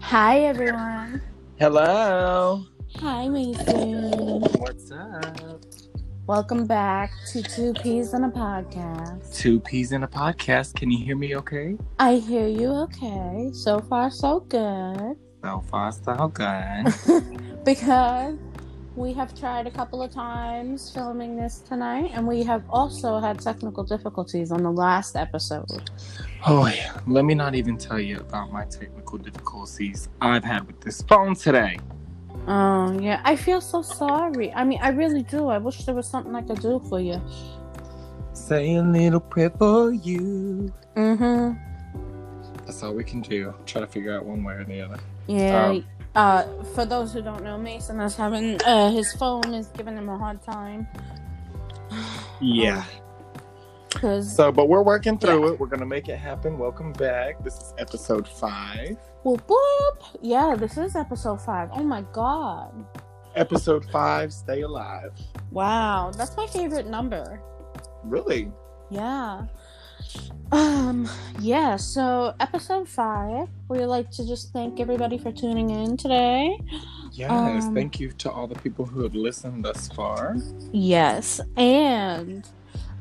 Hi, everyone. Hello. Hi, Mason. What's up? Welcome back to Two Peas and a Podcast. Two peas in a podcast. Can you hear me okay? I hear you okay. So far, so good. So far, so good. because we have tried a couple of times filming this tonight, and we have also had technical difficulties on the last episode. Oh, yeah. Let me not even tell you about my technical difficulties I've had with this phone today. Oh, yeah. I feel so sorry. I mean, I really do. I wish there was something I could do for you. Say a little prayer for you. Mm hmm. That's all we can do. Try to figure out one way or the other. Yeah. Um, uh, for those who don't know, Mason is having uh, his phone is giving him a hard time Yeah. because Um, So, but we're working through it. We're going to make it happen. Welcome back. This is episode five. whoop whoop. Yeah, this is episode five. Oh my god! Episode five, Stay Alive. Wow, that's my favorite number. Really? Yeah. Um. Yeah. So episode five, we would like to just thank everybody for tuning in today. Yes. Um, Thank you to all the people who have listened thus far. Yes, and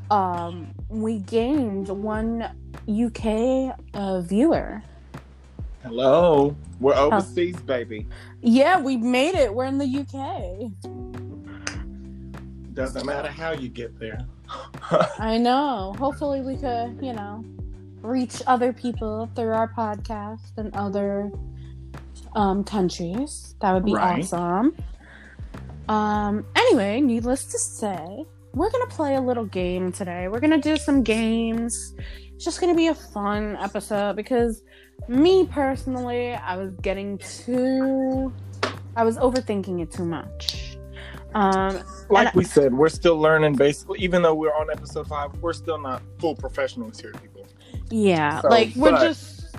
um, we gained one UK uh, viewer. Hello. We're Oh. overseas, baby. Yeah, we made it. We're in the UK. Doesn't matter how you get there. I know. Hopefully, we could, you know, reach other people through our podcast and other um, countries. That would be Right. awesome. Um. Anyway, needless to say, we're gonna play a little game today. We're gonna do some games. It's just gonna be a fun episode because me personally, I was getting too, I was overthinking it too much. Um, And like I- we said, we're still learning basically, even though we're on episode five, we're still not full professionals here, people. Yeah, So, like we're but- just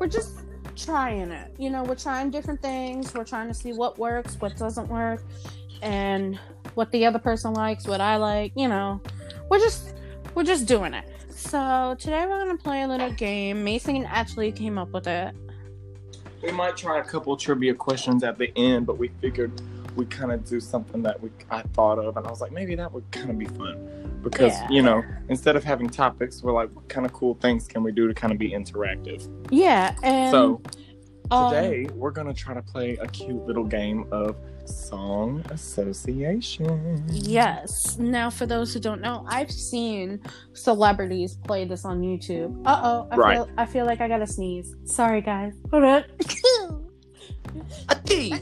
we're just trying it. You know, we're trying different things. We're trying to see what works, what doesn't work, and what the other person likes, what I like, you know. We're just we're just doing it. So, today we're going to play a little game. Mason actually came up with it. We might try a couple trivia questions at the end, but we figured we kind of do something that we I thought of, and I was like, maybe that would kind of be fun because Yeah. you know, instead of having topics, we're like, what kind of cool things can we do to kind of be interactive? Yeah, and so um, today we're gonna try to play a cute little game of song association. Yes. Now, for those who don't know, I've seen celebrities play this on YouTube. Uh oh, I Right. feel I feel like I gotta sneeze. Sorry, guys. Hold on. A D,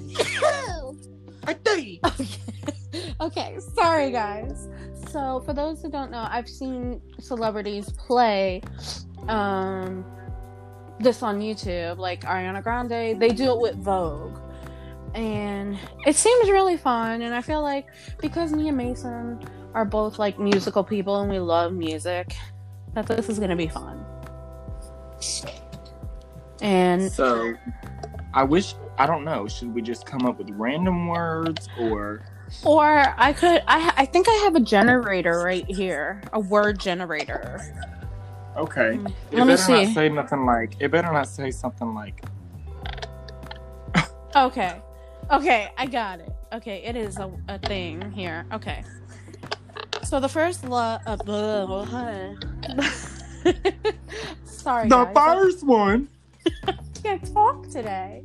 a D. okay. okay. Sorry, guys. So, for those who don't know, I've seen celebrities play um, this on YouTube, like Ariana Grande. They do it with Vogue. And it seems really fun. And I feel like because me and Mason are both like musical people and we love music, that this is going to be fun. And So, I wish I don't know. Should we just come up with random words or Or I could. I I think I have a generator right here, a word generator. okay? Mm, It Let me better not see. say nothing like. It better not say something like. Okay, okay, I got it. Okay, it is a, a thing here. Okay. So the first love. Uh, blah, blah, blah. Sorry, The guys, I first one. can't talk today.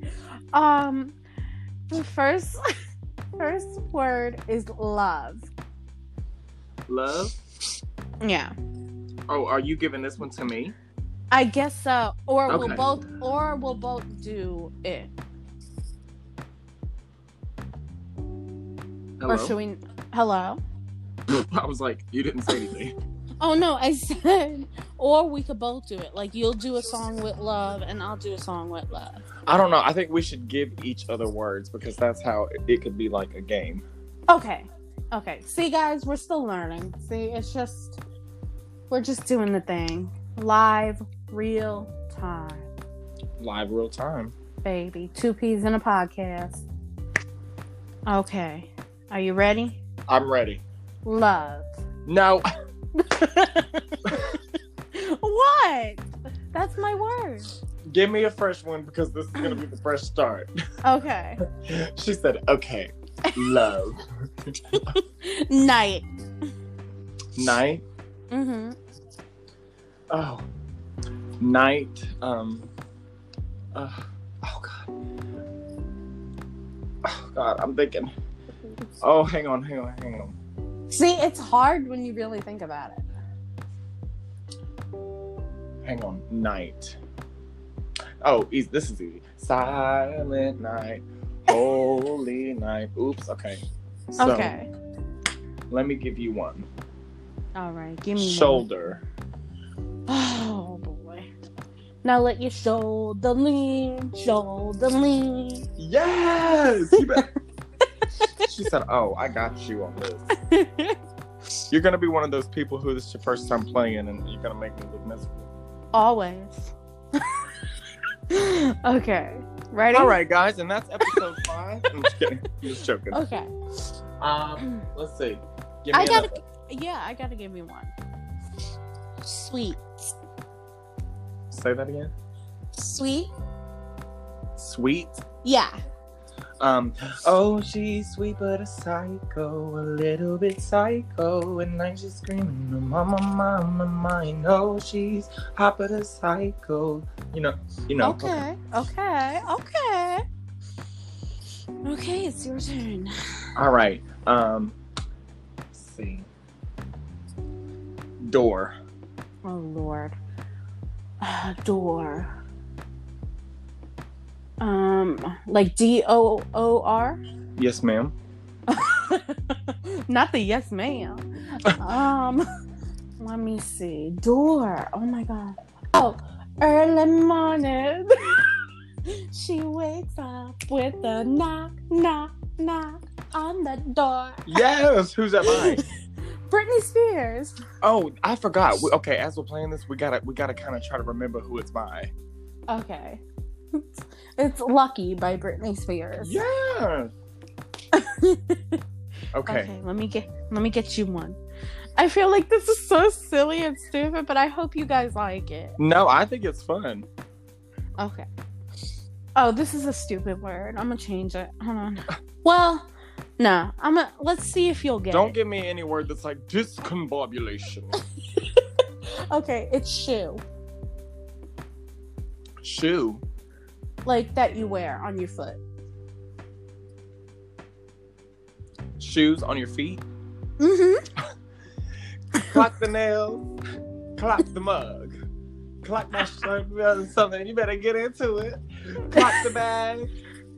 Um, the first first word is love. Love. Yeah. Oh, are you giving this one to me? I guess so. Or Okay. we'll both or we'll both do it. Hello. Or should we Hello? I was like, you didn't say anything. Oh no, I said or we could both do it. Like you'll do a song with love and I'll do a song with love. I don't know. I think we should give each other words because that's how it, it could be like a game. Okay. Okay. See guys, we're still learning. See, it's just we're just doing the thing. Live, real time, Live real time. baby. Two peas in a podcast. Okay. Are you ready? I'm ready. Love. No. what? That's my word. Give me a fresh one because this is gonna be the fresh start. Okay. She said, okay, love. Night. night. Mm-hmm. Oh. Night. Um uh, oh god. Oh god, I'm thinking. Oh hang on, hang on, hang on. See, it's hard when you really think about it. Hang on. Night. Oh, easy. this is easy. Silent night. Holy night. Oops, okay. So, okay. Let me give you one. All right. Give me one. Shoulder. Oh boy. Now let your shoulder lean, shoulder lean. Yes! You bet- she said, Oh, I got you on this. You're gonna be one of those people who this is your first time playing and you're gonna make me look miserable. Always. okay. Ready? All right, guys, and that's episode five. I'm just kidding. I'm just joking. Okay. Um, let's see. Give me Oh. I gotta. another. Yeah, I gotta give you one. Sweet. say that again. Sweet. Sweet. Yeah. Um, oh, she's sweet but a psycho, a little bit psycho, and now she's screaming, oh, mama, mama, mine. Oh, she's hot but a psycho. You know, you know. Okay. Okay. Okay. Okay, it's your turn. All right. Um, let's see. Door. Oh Lord. Uh, door. Um, like D O O R. Yes, ma'am. Not the yes ma'am. Um, let me see. Door. Oh my god. Oh, early morning. she wakes up with a knock, knock, knock on the door. Yes. Who's that by? Britney Spears. Oh, I forgot. We- okay, as we're playing this, we gotta we gotta kind of try to remember who it's by. Okay. It's Lucky by Britney Spears. Yeah. okay. Okay, let me get let me get you one. I feel like this is so silly and stupid, but I hope you guys like it. No, I think it's fun. Okay. Oh, this is a stupid word. I'm gonna change it. Hold on. Well, no. I'm gonna let's see if you'll get Don't it. give me any word that's like discombobulation. Okay, it's shoe, Shoe. like that you wear on your foot. Shoes on your feet. Mm-hmm. Clock the nails. Clock the mug. Clock my shirt. Something. You better get into it. Clock the bag.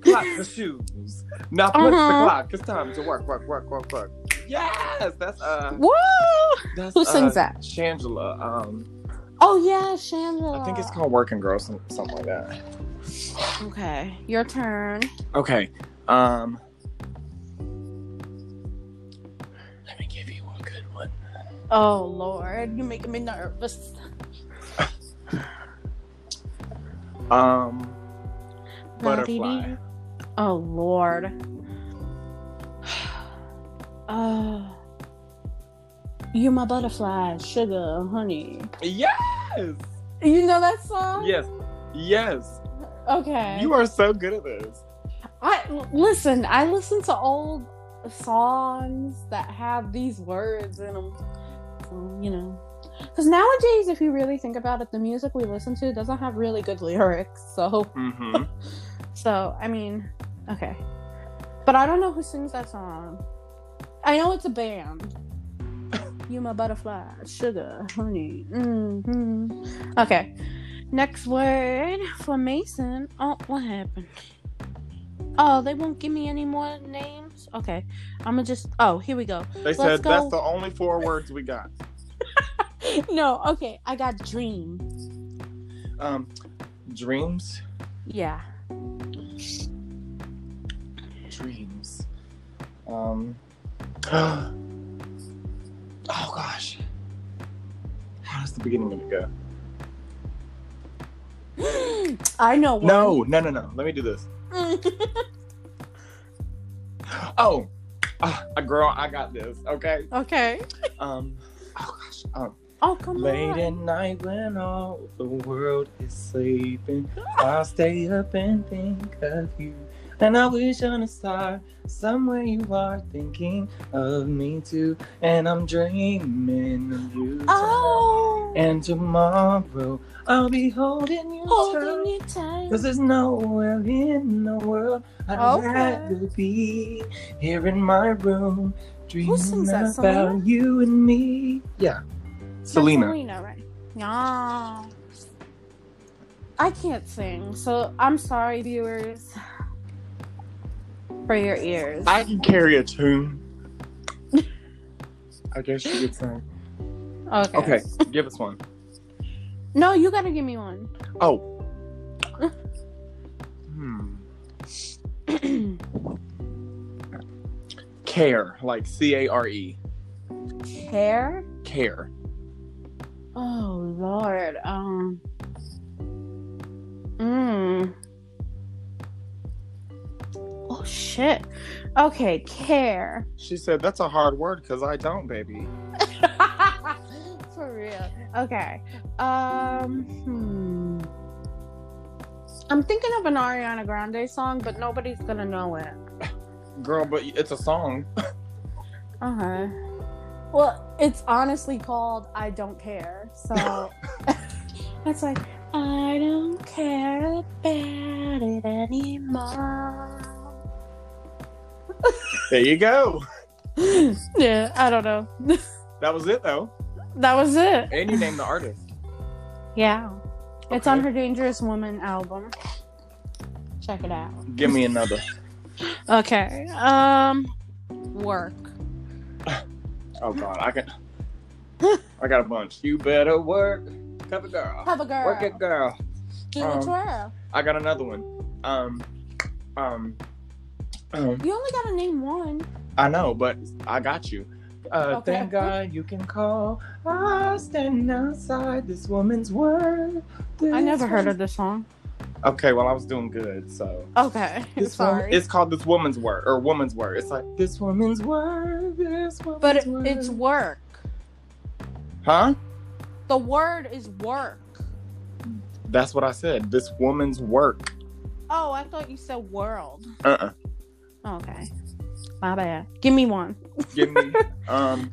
Clock the shoes. Now punch Uh-huh. the clock. It's time to work, work, work, work, work. Yes, that's uh. Woo! That's, Who sings uh, that? Shangela. Um, Oh yeah, Shangela. I think it's called Working Girl, some, something like that. Okay, your turn. Okay. Um, let me give you a good one. Oh Lord, you're making me nervous. Um, butterfly. Oh Lord. Oh. You're my butterfly, sugar, honey. Yes, You know that song? yes, yes. Oh. Okay. You are so good at this. I l- listen. I listen to old songs that have these words in them. So, you know, because nowadays, if you really think about it, the music we listen to doesn't have really good lyrics. So, Mm-hmm. so I mean, okay, but I don't know who sings that song. I know it's a band. you my butterfly, sugar, honey. hmm Okay, next word for Mason. Oh, what happened? Oh, they won't give me any more names. Okay, I'm gonna just. Oh, here we go. They Let's said that's go. the only four words we got. no, okay, I got dream. Um, dreams, Yeah. dreams. Um, oh gosh, how does the beginning of it go? I know. one. No, no, no, no. Let me do this. Oh, uh, girl, I got this. Okay. okay. Um, oh gosh. Um, Oh, come Late on. at night when all the world is sleeping, I'll stay up and think of you. And I wish on a star somewhere you are thinking of me too. And I'm dreaming of you. tonight. Oh. And tomorrow I'll be holding you tight. holding you tight. Cause there's nowhere in the world I'd Okay. rather be here in my room dreaming sings that, about Selena? you and me. Yeah, That's Selena. Selena, right? Yeah. I can't sing, so I'm sorry, viewers, for your ears. I can carry a tune. I guess you could sing. okay. Okay, give us one. No, you gotta give me one. Oh. Hmm. Care, like C A R E. Care? Care. Oh Lord. Um. Mm. Oh shit. Okay, care. She said that's a hard word because I don't, baby. For real. Okay. Um. Hmm. I'm thinking of an Ariana Grande song, but nobody's gonna know it. Girl, but it's a song. Uh huh. Well, it's honestly called "I Don't Care," so it's like I don't care about it anymore. There you go. yeah, I don't know. That was it though. That was it. And you named the artist. Yeah, it's on Okay. her "Dangerous Woman" album. Check it out. Give me another. Okay. Um, work. Oh God, I can. I got a bunch. You better work, cover girl, Have a girl. work it, girl. Give it Um, a twirl. I got another one. Um, um, um. You only gotta name one. I know, but I got you. Uh, Okay. Thank God you can call. I stand outside this woman's word. I never heard of this song. Okay, well I was doing good, so. Okay, This sorry. Woman, it's called this woman's word or woman's word. It's like this woman's word. This woman's But it, word. it's work. huh? The word is work. That's what I said. This woman's work. Oh, I thought you said world. Uh. uh Okay. My bad. Give me one. Give me um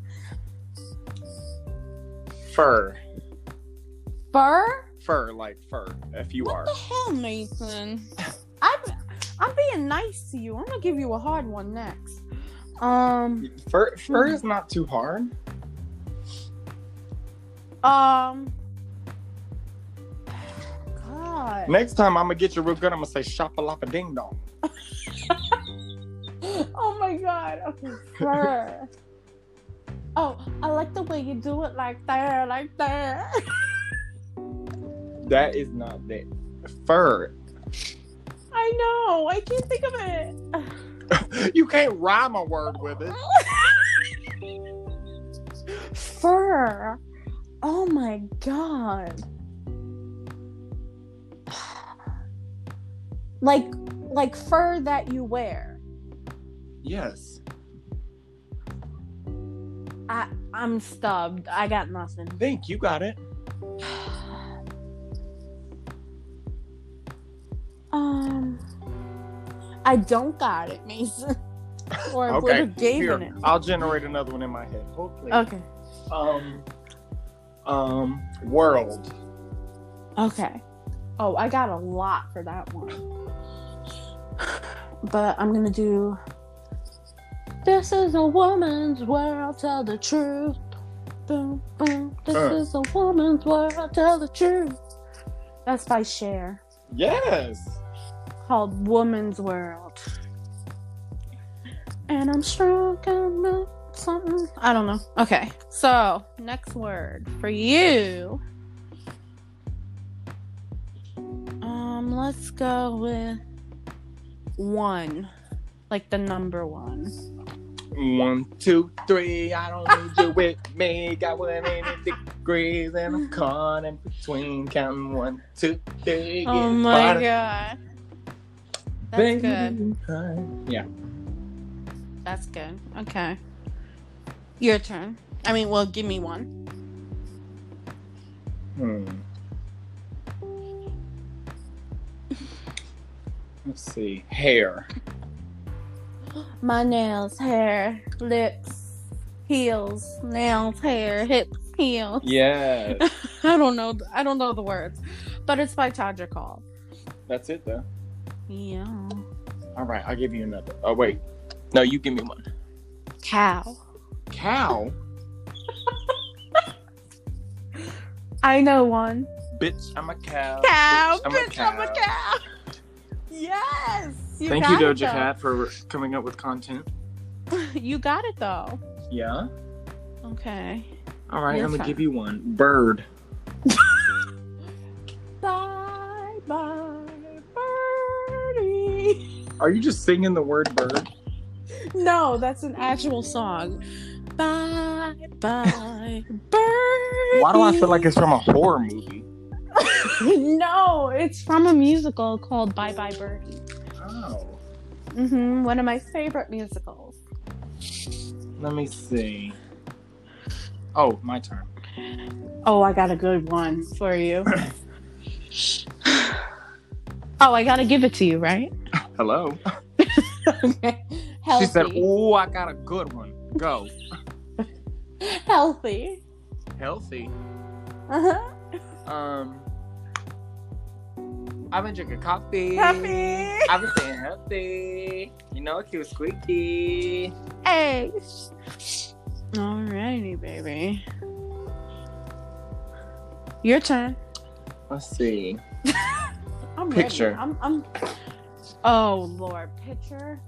fur, Fur? fur like fur. F U What R. the hell, Nathan? I'm I'm being nice to you. I'm gonna give you a hard one next. Um Fur fur is not too hard. um God. Next time I'm gonna get you real good. I'm gonna say shopalapa ding dong. Oh my god. Okay, fur. Oh, I like the way you do it like there, like there. That is not that fur. I know. I can't think of it. You can't rhyme a word with it. Fur. Oh my god. Like like fur that you wear. Yes. I I'm stubbed. I got nothing. Think you got it. Um I don't got it, Mason. or I would Okay. have given Here, it. I'll generate another one in my head. Hopefully. Okay. Um. Um. World. Okay. Oh, I got a lot for that one. But I'm gonna do. This is a woman's world. Tell the truth. Boom, boom. This Uh. is a woman's world. Tell the truth. That's by Cher, Yes. called "Woman's World." And I'm strong enough. Something I don't know. Okay, so next word for you. Um, let's go with one, like the number one. One, two, three. I don't need you with me. Got 180 degrees and I'm caught in between. Counting one, two, three. Oh get my started. god, that's good. good. Yeah. That's good. Okay, your turn. I mean, well, give me one. Hmm. Let's see. Hair. My nails, hair, lips, heels, nails, hair, hips, heels. Yes. I don't know. I don't know the words, but it's by Tadra Call. That's it, though. Yeah. All right. I'll give you another. Oh, wait. No, you give me one. Cow. Cow? I know one. Bitch, I'm a cow. Cow. Bitch, I'm a cow. Yes. Thank you, got it, Doja though. Cat, for coming up with content. You got it though. Yeah. Okay. All right. Your I'm going to turn. give you one. Bird. Bye bye, birdie. Are you just singing the word bird? No, that's an actual song. Bye bye, birdie. Why do I feel like it's from a horror movie? no, it's from a musical called Bye Bye Birdie. Oh. hmm one of my favorite musicals. Let me see. Oh, my turn. Oh, I got a good one for you. oh, I gotta give it to you, right? Hello. okay. Healthy. She said, "Oh, I got a good one. Go." Healthy. Healthy. Uh-huh. Um, I've been drinking coffee. Happy. I've been staying healthy. You know, cute squeaky. Hey. Alrighty, baby. Your turn. Let's see. I'm Picture. Ready. I'm, I'm. Oh Lord, picture.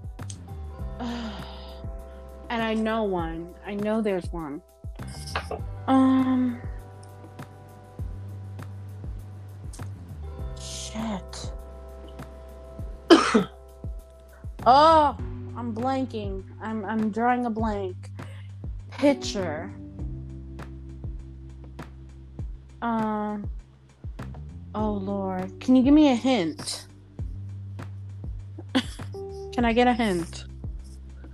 and I know one. I know there's one. Um. Shit. oh, I'm blanking. I'm I'm drawing a blank. Picture. Um. Oh Lord, can you give me a hint? can I get a hint?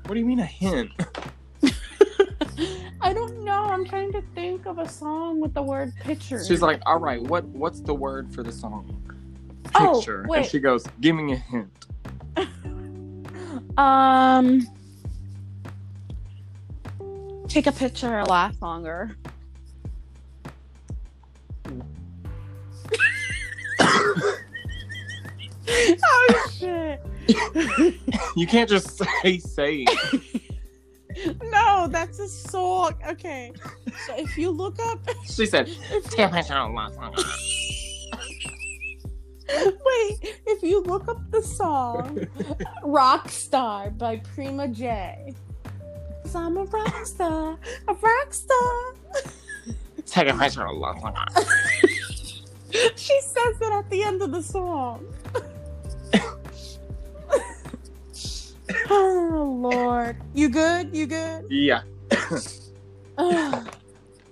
What do you mean a hint? I don't know. I'm trying to think of a song with the word picture. She's like, "All right, what what's the word for the song?" Oh, Picture. wait. And she goes, "Give me a hint." um, take a picture, last longer. oh shit! You can't just say say. it. No, that's a song. Okay, so if you look up, She said, if "Damn, I sound like my song." Wait, if you look up the song Rockstar by Prima J. Cause I'm a rock star, a rock star. Take a picture of love. She says that at the end of the song. oh Lord. You good? You good? Yeah, Ugh.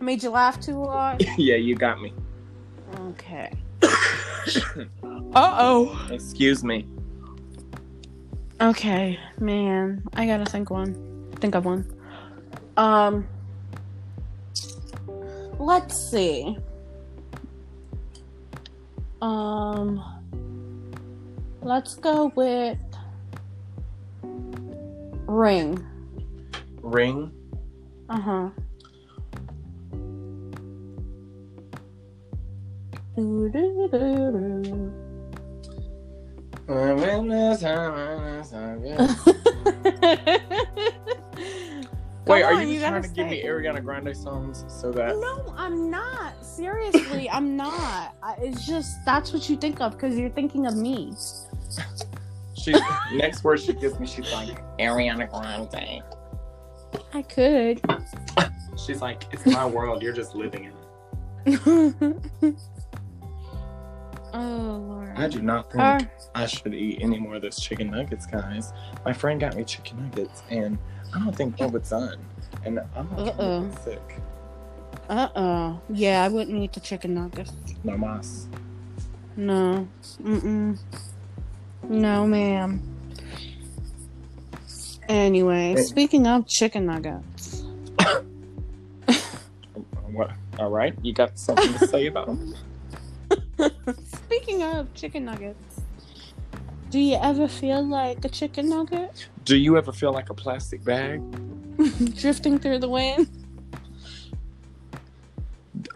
I made you laugh too hard. yeah, you got me. Okay. uh oh. Excuse me. Okay, man, I gotta think one. Think of one. Um, let's see. Um, let's go with ring. Ring. Uh huh. Wait, are you, trying to give me Ariana Grande songs so that? No, I'm not. Seriously, I'm not. I, it's just that's what you think of because you're thinking of me. She next word she gives me, she's like Ariana Grande. I could. She's like, it's my world. You're just living in it. oh Lord. I do not think Uh, I should eat any more of those chicken nuggets, guys. My friend got me chicken nuggets, and I don't think that was done. And I'm not Uh-oh. trying to get sick. uh oh. Yeah, I wouldn't eat the chicken nuggets. No mas. No. Mm-mm. No, ma'am. Anyway, Hey. speaking of chicken nuggets, What? All right, you got something to say about them? Speaking of chicken nuggets, do you ever feel like a chicken nugget Do you ever feel like a plastic bag? drifting through the wind?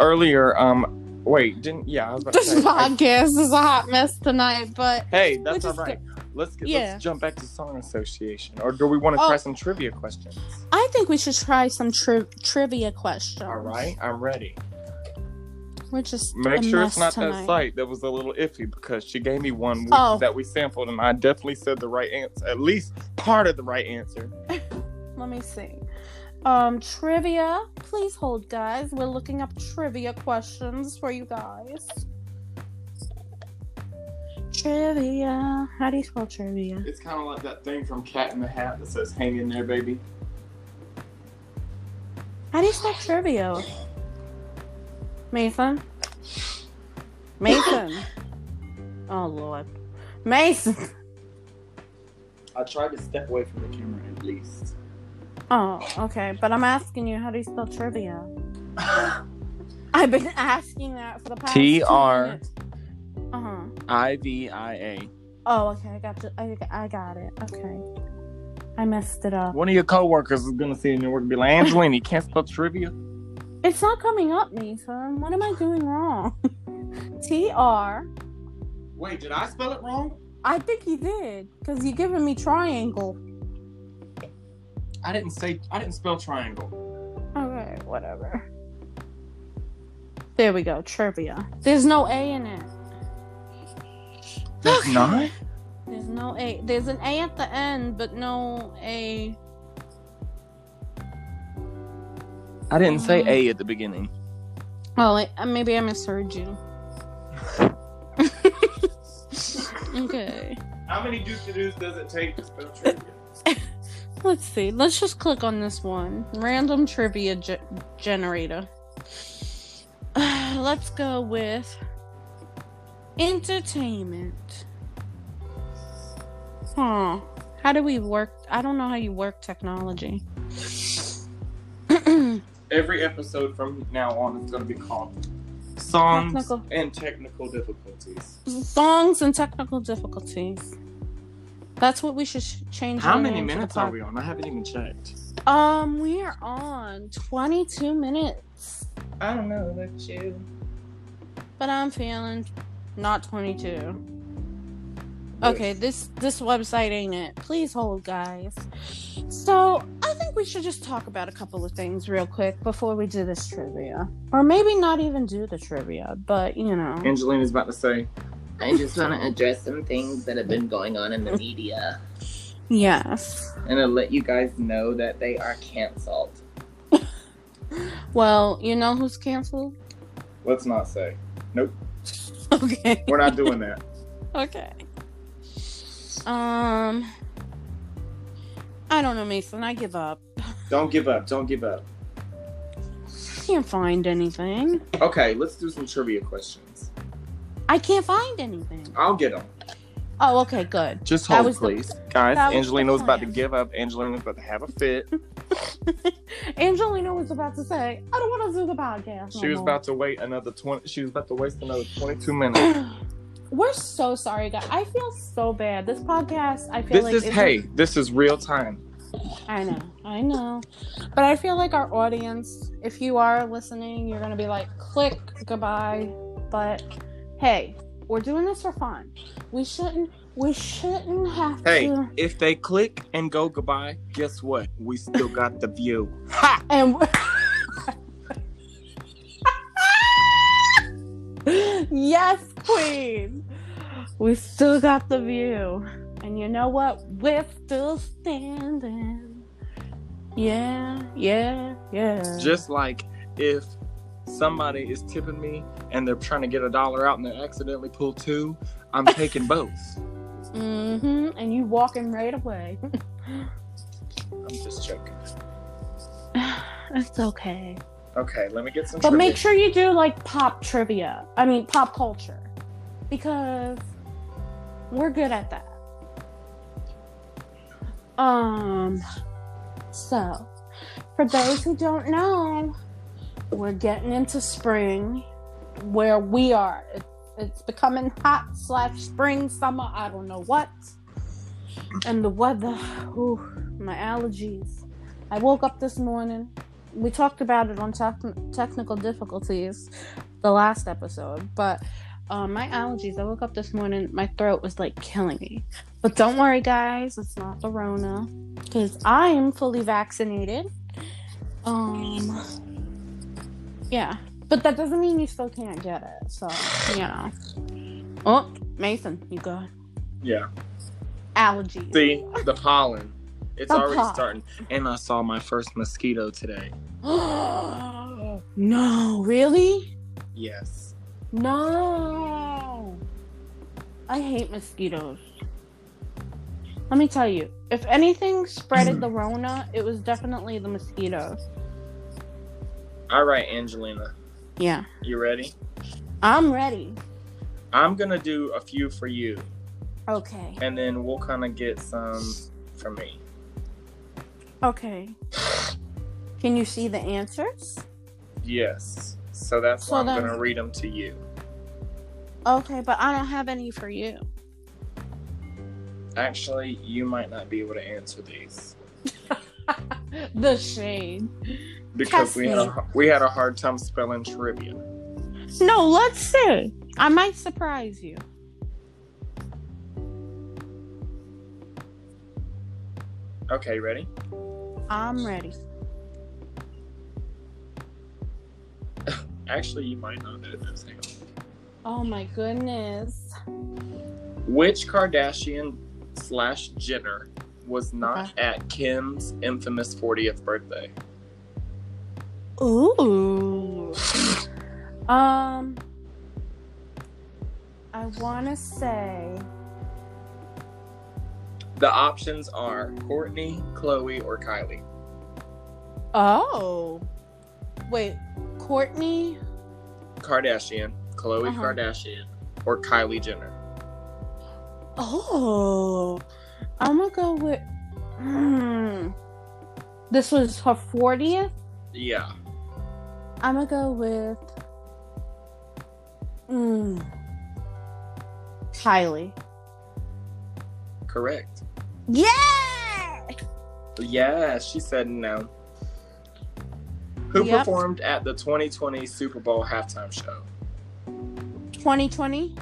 Earlier, um, wait, didn't yeah? I was about to This say, I- podcast is a hot mess tonight, but hey, Which that's all is right. Let's get, Yeah. let's jump back to song association, or do we want to Oh. try some trivia questions? I think we should try some tri- trivia questions. All right, I'm ready. We're just Make a sure it's not mess that tonight. site that was a little iffy because she gave me one we- Oh. that we sampled, and I definitely said the right answer, at least part of the right answer. Let me see. Um, trivia. Please hold, guys. We're looking up trivia questions for you guys. Trivia. How do you spell trivia? It's kind of like that thing from Cat in the Hat that says "Hang in there, baby." How do you spell trivia? Mason? Mason. oh, Lord. Mason. I tried to step away from the camera at least. Oh, okay. But I'm asking you, how do you spell trivia? I've been asking that for the past. T R. Uh huh. I V I A. Oh, okay. I got the. I, I got it. Okay. I messed it up. One of your coworkers is gonna see you in your work and be like, "Angelina, you can't spell trivia." It's not coming up, Nathan. What am I doing wrong? T R. Wait, did I spell it wrong? I think you did because you're giving me triangle. I didn't say. I didn't spell triangle. Okay, whatever. There we go. Trivia. There's no A in it. That's not. There's no A. There's an A at the end, but no A. I didn't say A at the beginning. Oh, wait, uh, maybe I misheard you. okay. How many deuce to doos does it take to spell trivia? Let's see. Let's just click on this one. Random trivia ge- generator. Uh, let's go with entertainment. Huh. How do we work? I don't know how you work technology. Every episode from now on is gonna be called songs Technical. and technical difficulties. Songs and technical difficulties. That's what we should sh- change. How the many name to the minutes are pod- we on? I haven't even checked. Um, we are on 22 minutes, I don't know about you. but I'm feeling not 22. Okay, this this website ain't it. Please hold, guys. So I think we should just talk about a couple of things real quick before we do this trivia, or maybe not even do the trivia, but you know. Angelina's about to say, I just want to address some things that have been going on in the media Yes. and to let you guys know that they are canceled. Well, you know who's canceled? "Let's not say." Okay. We're not doing that. Okay. Um, I don't know, Mason. I give up. Don't give up. Don't give up. Can't find anything. Okay, let's do some trivia questions. I can't find anything. I'll get them. Oh, okay, good. Just That hold, was the- please. Guys, that was the Angelina was about to plan. give up. Angelina was about to have a fit. Angelina was about to say, "I don't want to do the podcast." She no was more." about to wait another 20. She was about to waste another 22 minutes. We're so sorry, guys. I feel so bad. This podcast, I feel This like is, isn't- hey, this is real time. I know, I know, but I feel like our audience, if you are listening, you're gonna be like, click goodbye. But hey, we're doing this for fun. We shouldn't. We shouldn't have Hey, to. if they click and go goodbye, guess what? We still got the view. Ha! And yes, Queen. We still got the view. And you know what? We're still standing. Yeah, yeah, yeah. Just like if somebody is tipping me and they're trying to get a dollar out and they accidentally pull two, I'm taking both. hmm And you walking right away. I'm just joking. it's okay. Okay, let me get some But trivia. make sure you do like pop trivia. I mean, pop culture. Because we're good at that. Um, so for those who don't know, We're getting into spring where we are. It, it's becoming hot slash spring, summer, I don't know what. And the weather, ooh, my allergies. I woke up this morning. We talked about it on tec- technical difficulties the last episode, but um, my allergies. I woke up this morning, my throat was like killing me. But don't worry, guys, it's not the Rona because I am fully vaccinated. Um, yeah, but that doesn't mean you still can't get it. So you know. Oh, Mason, you go. Yeah. Allergies. See, the pollen. It's The already pollen. starting. And I saw my first mosquito today. no, really? Yes. No. I hate mosquitoes. Let me tell you, if anything spreaded the Rona, it was definitely the mosquitoes. All right, Angelina. Yeah. You ready? I'm ready. I'm going to do a few for you, Okay. and then we'll kind of get some for me. Okay. Can you see the answers? Yes. So that's why So I'm then- going to read them to you. Okay, but I don't have any for you. Actually, you might not be able to answer these the shade. because Test we had, me. a, we had a hard time spelling trivia. No, let's see. I might surprise you. Okay, you ready? I'm ready. Actually, you might not know this. Hang on. Oh my goodness. Which Kardashian slash Jenner was not at Kim's infamous 40th birthday? Ooh. Um, I want to say The options are Courtney, Chloe, or Kylie. Oh. Wait, Courtney? Kardashian, Chloe Uh-huh. Kardashian, or Kylie Jenner. Oh. I'm going to go with. Mm. This was her 40th. Yeah. I'm going to go with. Mm. Kylie. Correct. Yeah! Yeah, she said no. Who Yep. performed at the 2020 Super Bowl halftime show? 2020,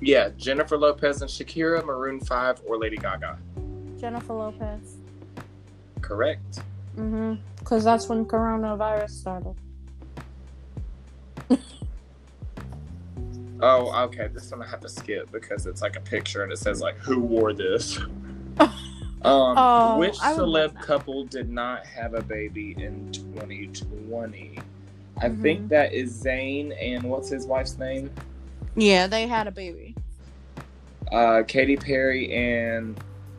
Yeah, Jennifer Lopez and Shakira, Maroon 5, or Lady Gaga. Jennifer Lopez. Correct. Mm-hmm. Because that's when coronavirus started. Oh, okay. This one I have to skip because it's like a picture and it says like who wore this. um, Oh, which I would love celeb that. couple did not have a baby in 2020? I Mhm. think that is Zayn and what's his wife's name? Yeah, they had a baby. Uh, Katy Perry and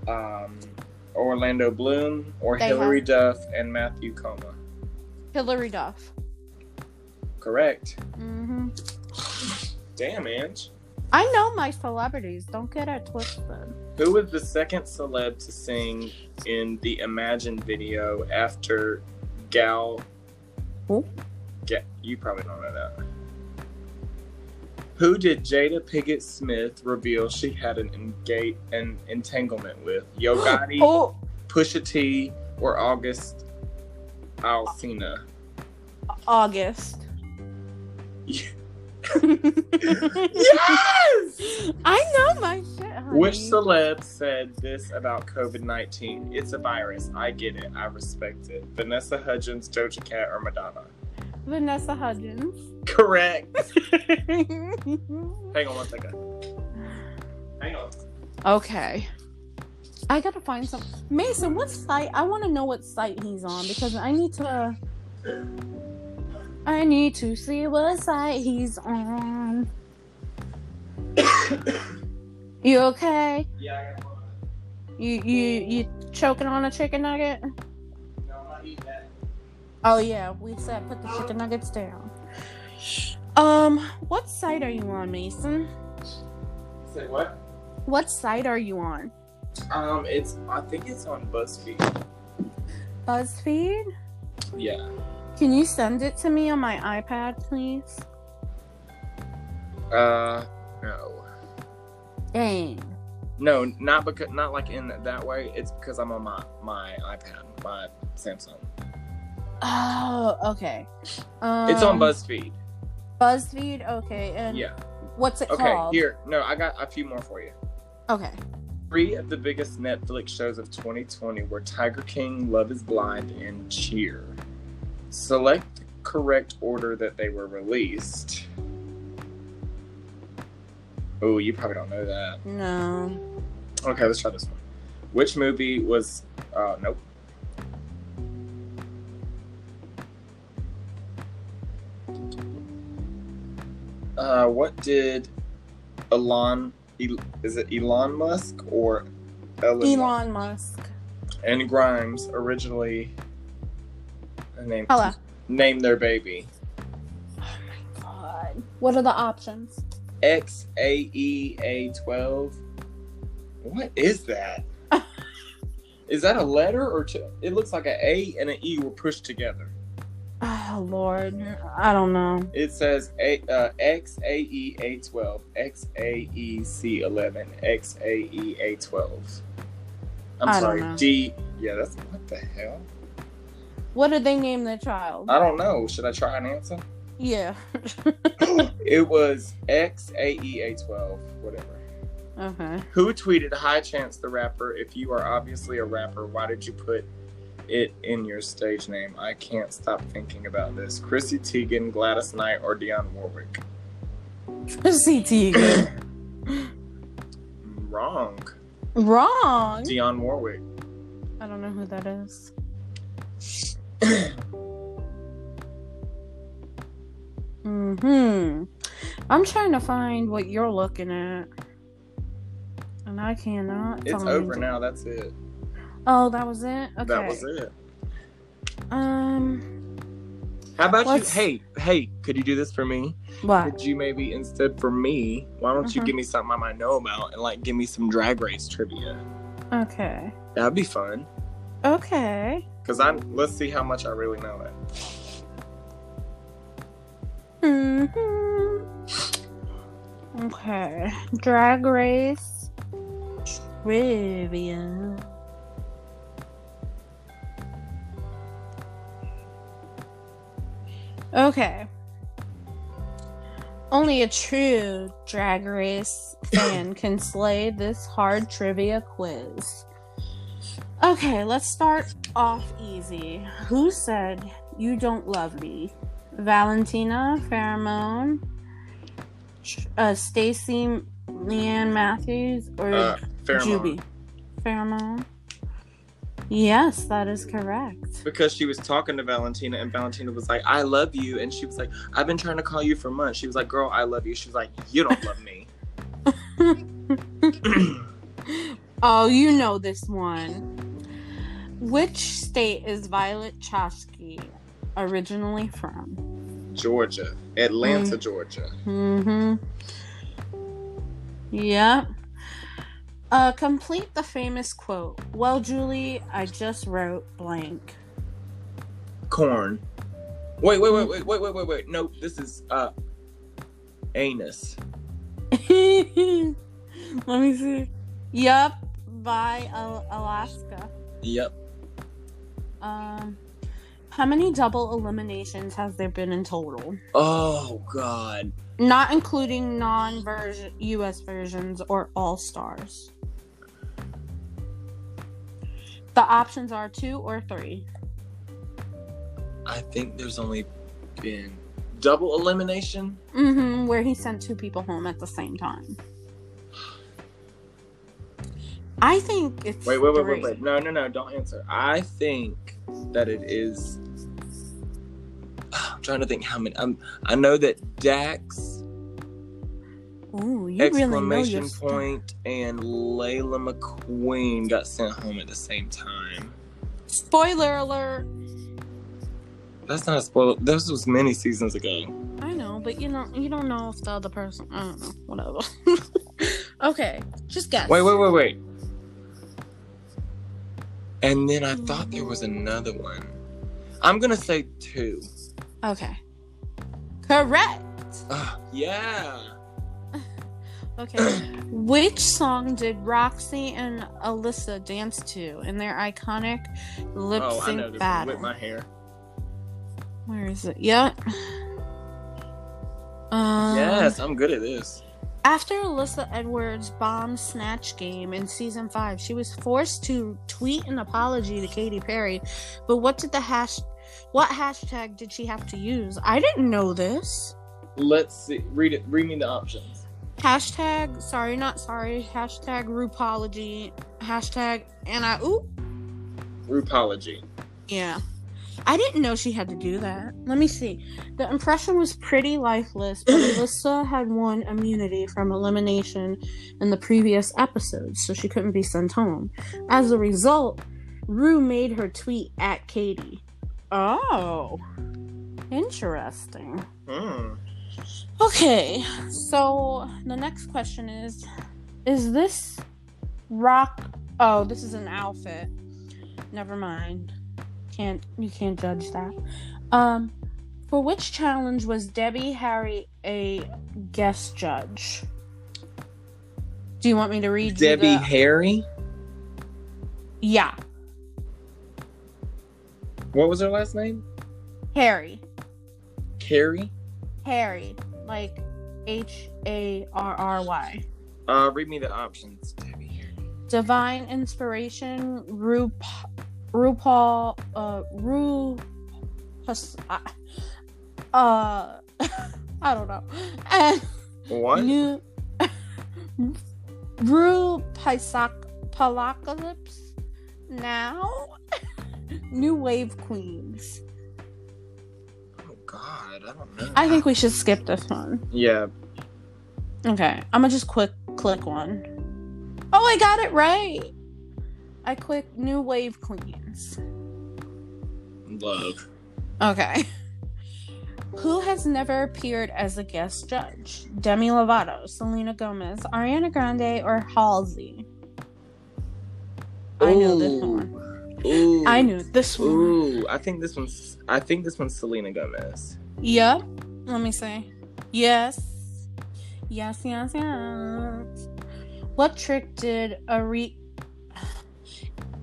um, Orlando Bloom, or They Hillary have- Duff and Matthew Coma. Hillary Duff. Correct. Mm-hmm. Damn, Ange. I know my celebrities. Don't get it twisted. Who was the second celeb to sing in the Imagine video after Gal? Who? Ga- you probably don't know that. Who did Jada Pickett Smith reveal she had an engage an entanglement with? Yo Gotti, Oh, Pusha T, or August Alsina? August. yes. I know my shit, honey. Which celeb said this about COVID 19? It's a virus. I get it. I respect it. Vanessa Hudgens, Doja Cat, or Madonna? Vanessa Hudgens. Correct. Hang on one second. Hang on. okay. I gotta find some. Mason, what site? I want to know what site he's on because I need to. I need to see what site he's on. you okay? Yeah, I got one. You you you choking on a chicken nugget? No, I'm not eating that. Oh yeah, we said put the chicken nuggets down. Um, what site are you on, Mason? Say what? What site are you on? Um, it's, I think it's on BuzzFeed. BuzzFeed? Yeah. Can you send it to me on my iPad, please? Uh, no. Dang. No, not because not like in that way. It's because I'm on my my iPad, my Samsung. Oh, okay. Um, it's on BuzzFeed. BuzzFeed. Okay, and Yeah. what's it Okay. called? Here. No, I got a few more for you. Okay. Three of the biggest Netflix shows of 2020 were Tiger King, Love Is Blind, and Cheer. Select the correct order that they were released. Oh, you probably don't know that. No. Okay, let's try this one. Which movie was? Uh, nope. Uh, what did Elon? El- Is it Elon Musk or Elon? Elon Musk. and Grimes originally uh, named Hello. named their baby God. What are the options? X A E A twelve. What is that? is that a letter or two? It looks like an A and an E were pushed together. Oh Lord, I don't know. It says A uh, X A E A twelve, X A E C eleven, X A E A twelve. I'm I don't sorry, know. D. Yeah, that's what the hell. What did they name their child? I don't know. Should I try an answer? yeah. it was X A E A twelve, whatever. Okay. Who tweeted High Chance the Rapper? If you are obviously a rapper, why did you put it in your stage name? I can't stop thinking about this. Chrissy Teigen, Gladys Knight, or Dionne Warwick? CT. Wrong. Hmm? Wrong. Dionne Warwick. I don't know who that is. hmm. I'm trying to find what you're looking at. And I cannot. It's find- over now. That's it. Oh, that was it? Okay. That was it. Um, How about What's- you? Hey, hey, could you do this for me? what? Could you maybe instead for me? Why don't you Mhm. give me something I might know about and like give me some drag race trivia? Okay. That'd be fun. Okay. Cause I let's see how much I really know it. hmm Okay. Drag race trivia. Okay. Only a true drag race fan can slay this hard trivia quiz. Okay, let's start off easy. Who said you don't love me? Valentina Pheromone, Ch- uh, Stacy Leanne Matthews, or Uh, Pheromone. Juby? Pheromone. Yes, that is correct. because she was talking to Valentina and Valentina was like, I love you. And she was like, I've been trying to call you for months. She was like, Girl, I love you. She was like, You don't love me. Oh, you know this one. Which state is Violet Chachki originally from? Georgia, Atlanta, Georgia. Mm-hmm. Yep. Uh, complete the famous quote. Well, Julie, I just wrote blank. Corn. Wait, wait, wait, wait, wait, wait, wait, wait. No, this is uh anus. Let me see. Yep, by Al- Alaska. Yep. Um, how many double eliminations has there been in total? Oh God. Not including non version US versions or all stars. The options are two or three. I think there's only been double elimination. Mm-hmm, where he sent two people home at the same time. I think it's Wait, wait, wait, wait, three. wait. No, no, no, don't answer. I think that it is. I'm trying to think how many. i I know that Dax Ooh, you really know exclamation your stuff. point and Layla McQueen got sent home at the same time. Spoiler alert. That's not a spoiler. This was many seasons ago. I know, but you don't you don't know if the other person I don't know, whatever. okay. Just guess. Wait, wait, wait, wait. And then I thought there was another one. I'm gonna say two. Okay. Correct. Ugh, Ah, yeah. Okay. Which song did Roxy and Alyssa dance to in their iconic lip oh, I sync know this one. battle? Whip my hair. Where is it? Yep. Um, yes, I'm good at this. After Alyssa Edwards' bomb snatch game in season five, she was forced to tweet an apology to Katy Perry. But what did the hash? What hashtag did she have to use? I didn't know this. Let's see. Read it. Read me the options. Hashtag sorry not sorry. Hashtag Rupology. Hashtag and I oop. Rupology. Yeah. I didn't know she had to do that. Let me see. The impression was pretty lifeless, but Alyssa had won immunity from elimination in the previous episode, so she couldn't be sent home. As a result, Rue made her tweet at Katie. Oh. Interesting. Hmm. Okay, so the next question is Is this rock? Oh, this is an outfit. Never mind. Can't you can't judge that. Um, for which challenge was Debbie Harry a guest judge? Do you want me to read you Debbie the- Harry. yeah, What was her last name? Harry, Carrie. Harry, like H A R R Y. Uh, read me the options. Debbie Harry. divine inspiration Ru- rupaul uh ru Hus- uh, uh i don't know and What? new ru Pisac- palacalypse now new wave queens Oh God, I don't know. i think we should skip this one Yeah. Okay, I'm gonna just quick click one. Oh, I got it right. I click New Wave Queens. Love. Okay. Who has never appeared as a guest judge? Demi Lovato, Selena Gomez, Ariana Grande, or Halsey? I know this one. Ooh. I knew this one. Ooh, I think this one's. I think this one's Selena Gomez. Yep. Let me see. Yes. Yes, yes, yes. What trick did Ari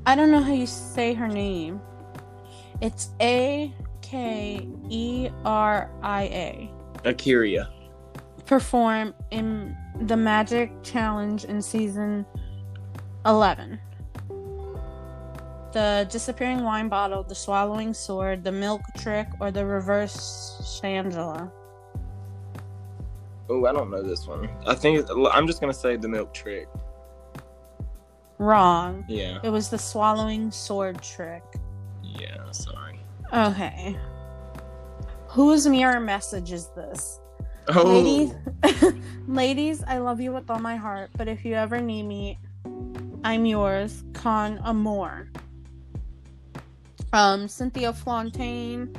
I don't know how you say her name. It's A K E R I A. Akiria. Perform in the Magic Challenge in season 11. The disappearing wine bottle, the swallowing sword, the milk trick, or the reverse Shangela. Oh, I don't know this one. I think it's- I'm just gonna say the milk trick. Wrong. Yeah. It was the swallowing sword trick. Yeah. Sorry. Okay. Whose mirror message is this? Oh. Ladies, ladies, I love you with all my heart, but if you ever need me, I'm yours, con amor. Um, Cynthia Fontaine,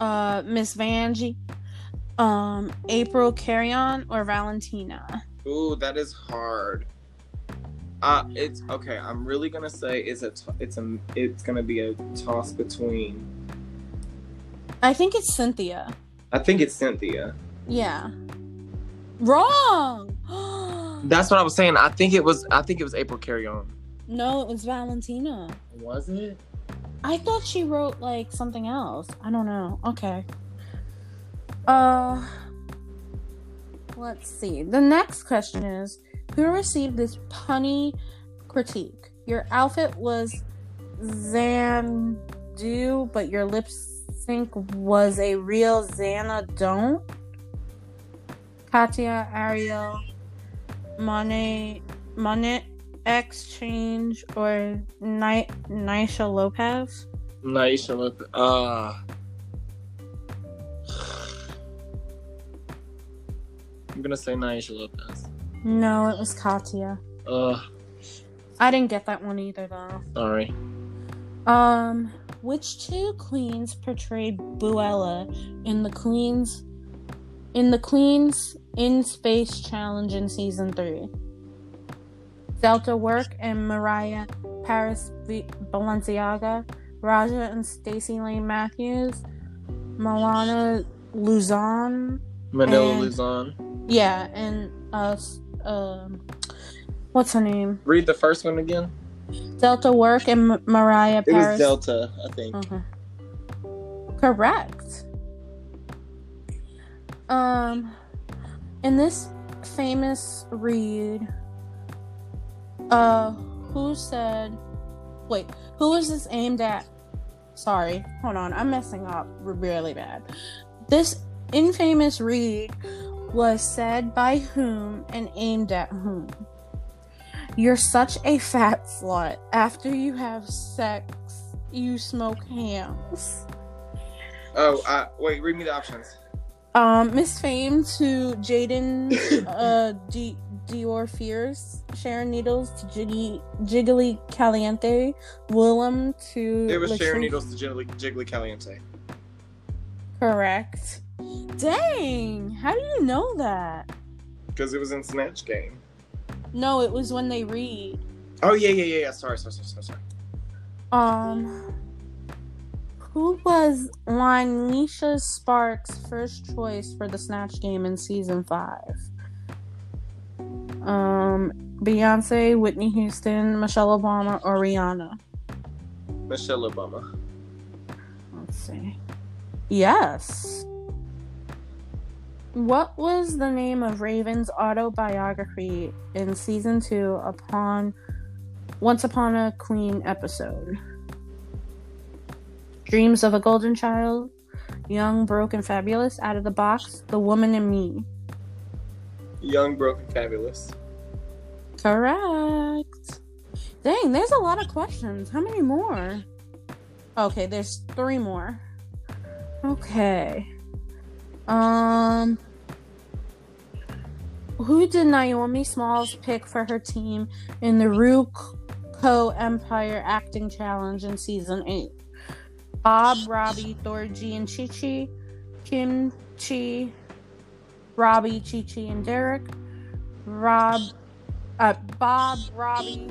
uh, Miss Vanjie, um, April Carrion, or Valentina. Ooh, that is hard. Uh, it's okay. I'm really gonna say it's a t- it's a it's gonna be a toss between. I think it's Cynthia. I think it's Cynthia. Yeah. Wrong. That's what I was saying. I think it was. I think it was April Carry On. no, it was Valentina. Was it? I thought she wrote like something else. I don't know. Okay. Uh let's see. The next question is who received this punny critique? Your outfit was Xanadu, but your lip sync was a real Xana don't. Katya Ariel Monet Monet Exchange or Ni- Nisha Lopez? Naisha Lopez. Ah. I'm gonna say Naisha Lopez. No, it was Katya. Ugh, I didn't get that one either though. sorry. Um, which two queens portrayed Buella in the Queens in the Queens in Space Challenge in season three? Delta Work and Mariah Paris v- Balenciaga, Raja and Stacey Lane Matthews, Milana Luzon, Manila And- Luzon. yeah, and uh, s- um, what's her name? Read the first one again. Delta Work and M- Mariah It was Paris. Delta, I think. Mhm. Correct. Um, in this famous read, uh, who said, wait, who is this aimed at? Sorry, hold on, I'm messing up really bad. This infamous read was said by whom and aimed at whom? You're such a fat slut. After you have sex, you smoke hams. Oh, I, wait. Read me the options. Um, Miss Fame to Jaden uh, D- Dior Fears, Sharon Needles to Jiggy, Jiggly Caliente, Willem to. It was Sharon Latrice- Needles to Jiggly, Jiggly Caliente. Correct. Dang, how do you know that? Because it was in Snatch Game. No, it was when they read. Oh, yeah, yeah, yeah, yeah. Sorry, sorry, sorry, sorry. sorry. Um, who was Lanisha Sparks' first choice for the snatch game in season five? Um, Beyonce, Whitney Houston, Michelle Obama, or Rihanna? Michelle Obama. Let's see. Yes. What was the name of Raven's autobiography in season two upon Once Upon a Queen episode? Dreams of a Golden Child, Young, Broke, and Fabulous, Out of the Box, The Woman in Me. Young, broke, and fabulous. Correct. Dang, there's a lot of questions. How many more? Okay, there's three more. Okay. Um who did Naomi Smalls pick for her team in the Rue Co Empire acting challenge in season 8? Bob, Robbie, Thorgy, and Chi Chi, Kim Chi, Robbie, Chi Chi, and Derek, Rob, uh, Bob, Robbie,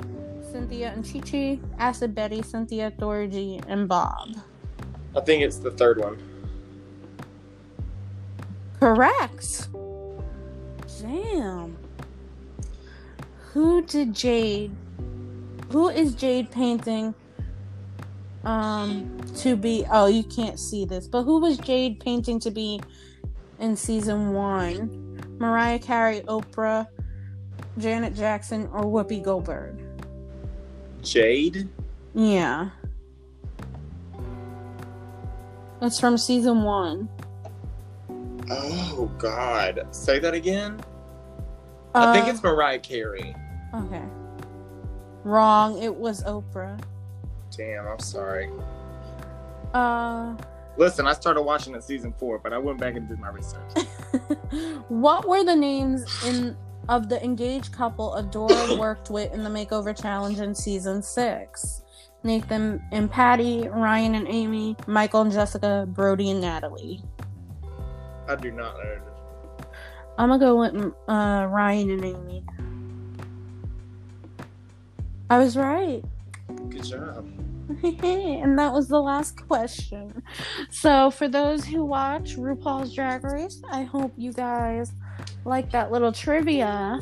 Cynthia, and Chi Chi, Acid Betty, Cynthia, Thorgy, and Bob. I think it's the third one. Correct. Damn. Who did Jade? Who is Jade painting? Um, to be. Oh, you can't see this, but who was Jade painting to be in season one? Mariah Carey, Oprah, Janet Jackson, or Whoopi Goldberg? Jade? Yeah. It's from season one. Oh, God. Say that again? I think Uh, it's Mariah Carey. Okay. Wrong. It was Oprah. Damn, I'm sorry. Uh, Listen, I started watching it season four, but I went back and did my research. what were the names in of the engaged couple Adora worked with in the makeover challenge in season six? Nathan and Patty, Ryan and Amy, Michael and Jessica, Brody and Natalie. I do not know. this. I'm gonna go with uh, Ryan and Amy. I was right. Good job. and that was the last question. So, for those who watch RuPaul's Drag Race, I hope you guys like that little trivia.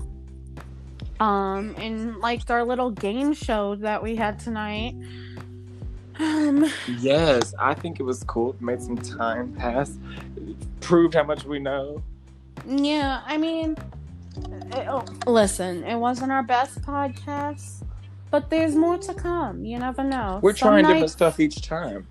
Um, and liked our little game show that we had tonight. Um, Yes, I think it was cool. It made some time pass. Proved how much we know. yeah, I mean, it, oh, listen, it wasn't our best podcast, but there's more to come. You never know. We're Some trying nights- different stuff each time.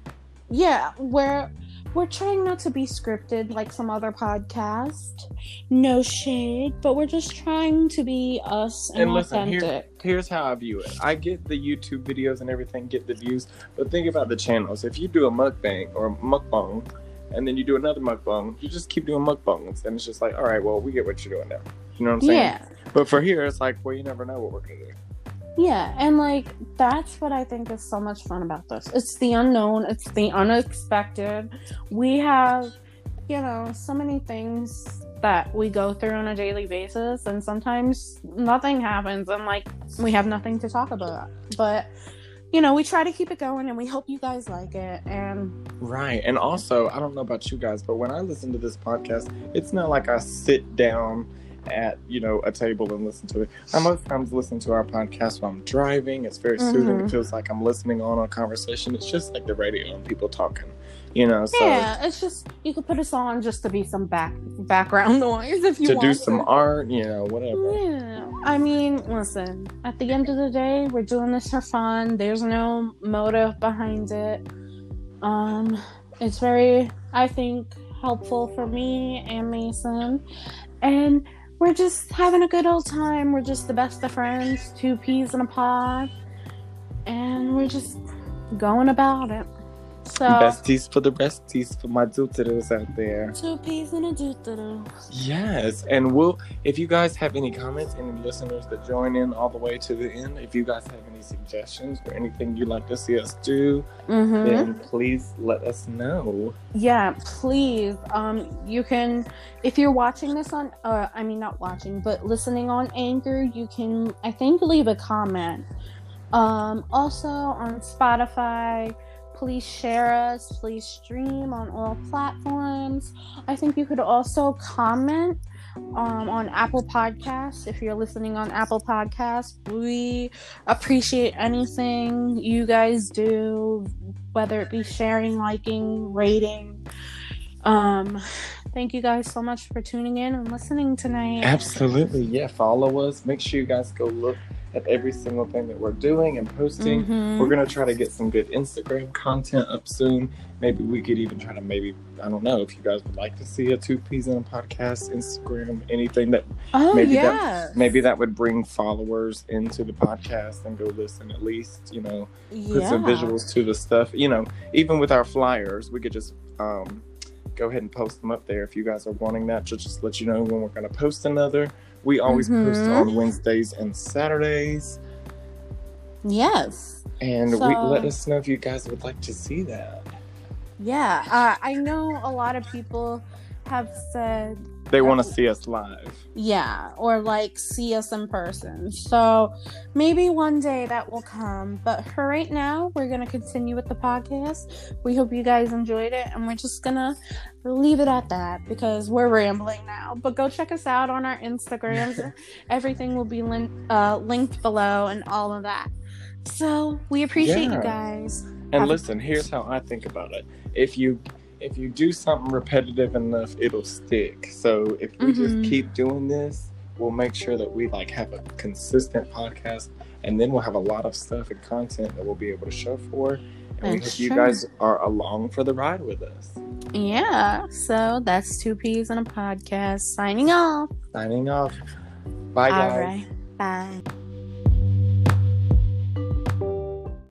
yeah we're we're trying not to be scripted like some other podcast no shade but we're just trying to be us and, And listen, authentic here- Here's how I view it. I get the YouTube videos and everything, get the views, but think about the channels. If you do a mukbang or a mukbang, and then you do another mukbang, you just keep doing mukbangs, and it's just like, all right, well, we get what you're doing now. You know what I'm saying? yeah But for here, it's like, well, you never know what we're gonna do. yeah and like that's what i think is so much fun about this it's the unknown it's the unexpected we have you know so many things that we go through on a daily basis and sometimes nothing happens and like we have nothing to talk about but you know, we try to keep it going and we hope you guys like it. And Right. And also, I don't know about you guys, but when I listen to this podcast, it's not like I sit down at, you know, a table and listen to it. I most times listen to our podcast while I'm driving. It's very soothing. It Mhm. feels like I'm listening on a conversation. It's just like the radio and people talking, you know. So yeah, it's just you could put us on just to be some back background noise if you to want. do some art, you know, whatever. Yeah, I mean, listen. At the end of the day, we're doing this for fun. There's no motive behind it. Um, it's very, I think, helpful for me and Mason, and we're just having a good old time. We're just the best of friends, two peas in a pod, and we're just going about it. So, Besties for the besties for my doo-doos out there. two peas in a doo-doo. Yes, and we'll. If you guys have any comments, any listeners that join in all the way to the end, if you guys have any suggestions or anything you'd like to see us do, Mm-hmm. then please let us know. yeah please um you can if you're watching this on uh i mean not watching but listening on anchor you can i think leave a comment um also on spotify please share us please stream on all platforms i think you could also comment um, on apple podcasts if you're listening on apple podcasts we appreciate anything you guys do whether it be sharing, liking, rating. Um, thank you guys so much for tuning in and listening tonight. Absolutely, yeah. Follow us. Make sure you guys go look at every single thing that we're doing and posting. Mhm. We're gonna try to get some good Instagram content up soon. Maybe we could even try to maybe I don't know if you guys would like to see a two peas in a podcast Instagram anything that oh maybe that- yeah, maybe that would bring followers into the podcast and go listen at least you know put yeah. some visuals to the stuff you know even with our flyers we could just um, go ahead and post them up there if you guys are wanting that just, just let you know when we're going to post another we always post Mhm. on wednesdays and saturdays Yes, and we So- let us know if you guys would like to see that yeah. Uh, I know a lot of people have said they want to see us live yeah or like see us in person. So maybe one day that will come. But for right now, we're gonna continue with the podcast. We hope you guys enjoyed it, and we're just gonna leave it at that because we're rambling now. But go check us out on our Instagrams. Everything will be lin- uh, linked below and all of that. So we appreciate Yeah. you guys. And listen, here's how I think about it. If you if you do something repetitive enough, it'll stick. So if we Mhm. just keep doing this, we'll make sure that we like have a consistent podcast and then we'll have a lot of stuff and content that we'll be able to show for. And we That's hope you true. guys are along for the ride with us. Yeah. So that's two peas in a podcast. Signing off. Signing off. Bye guys. All right. Bye.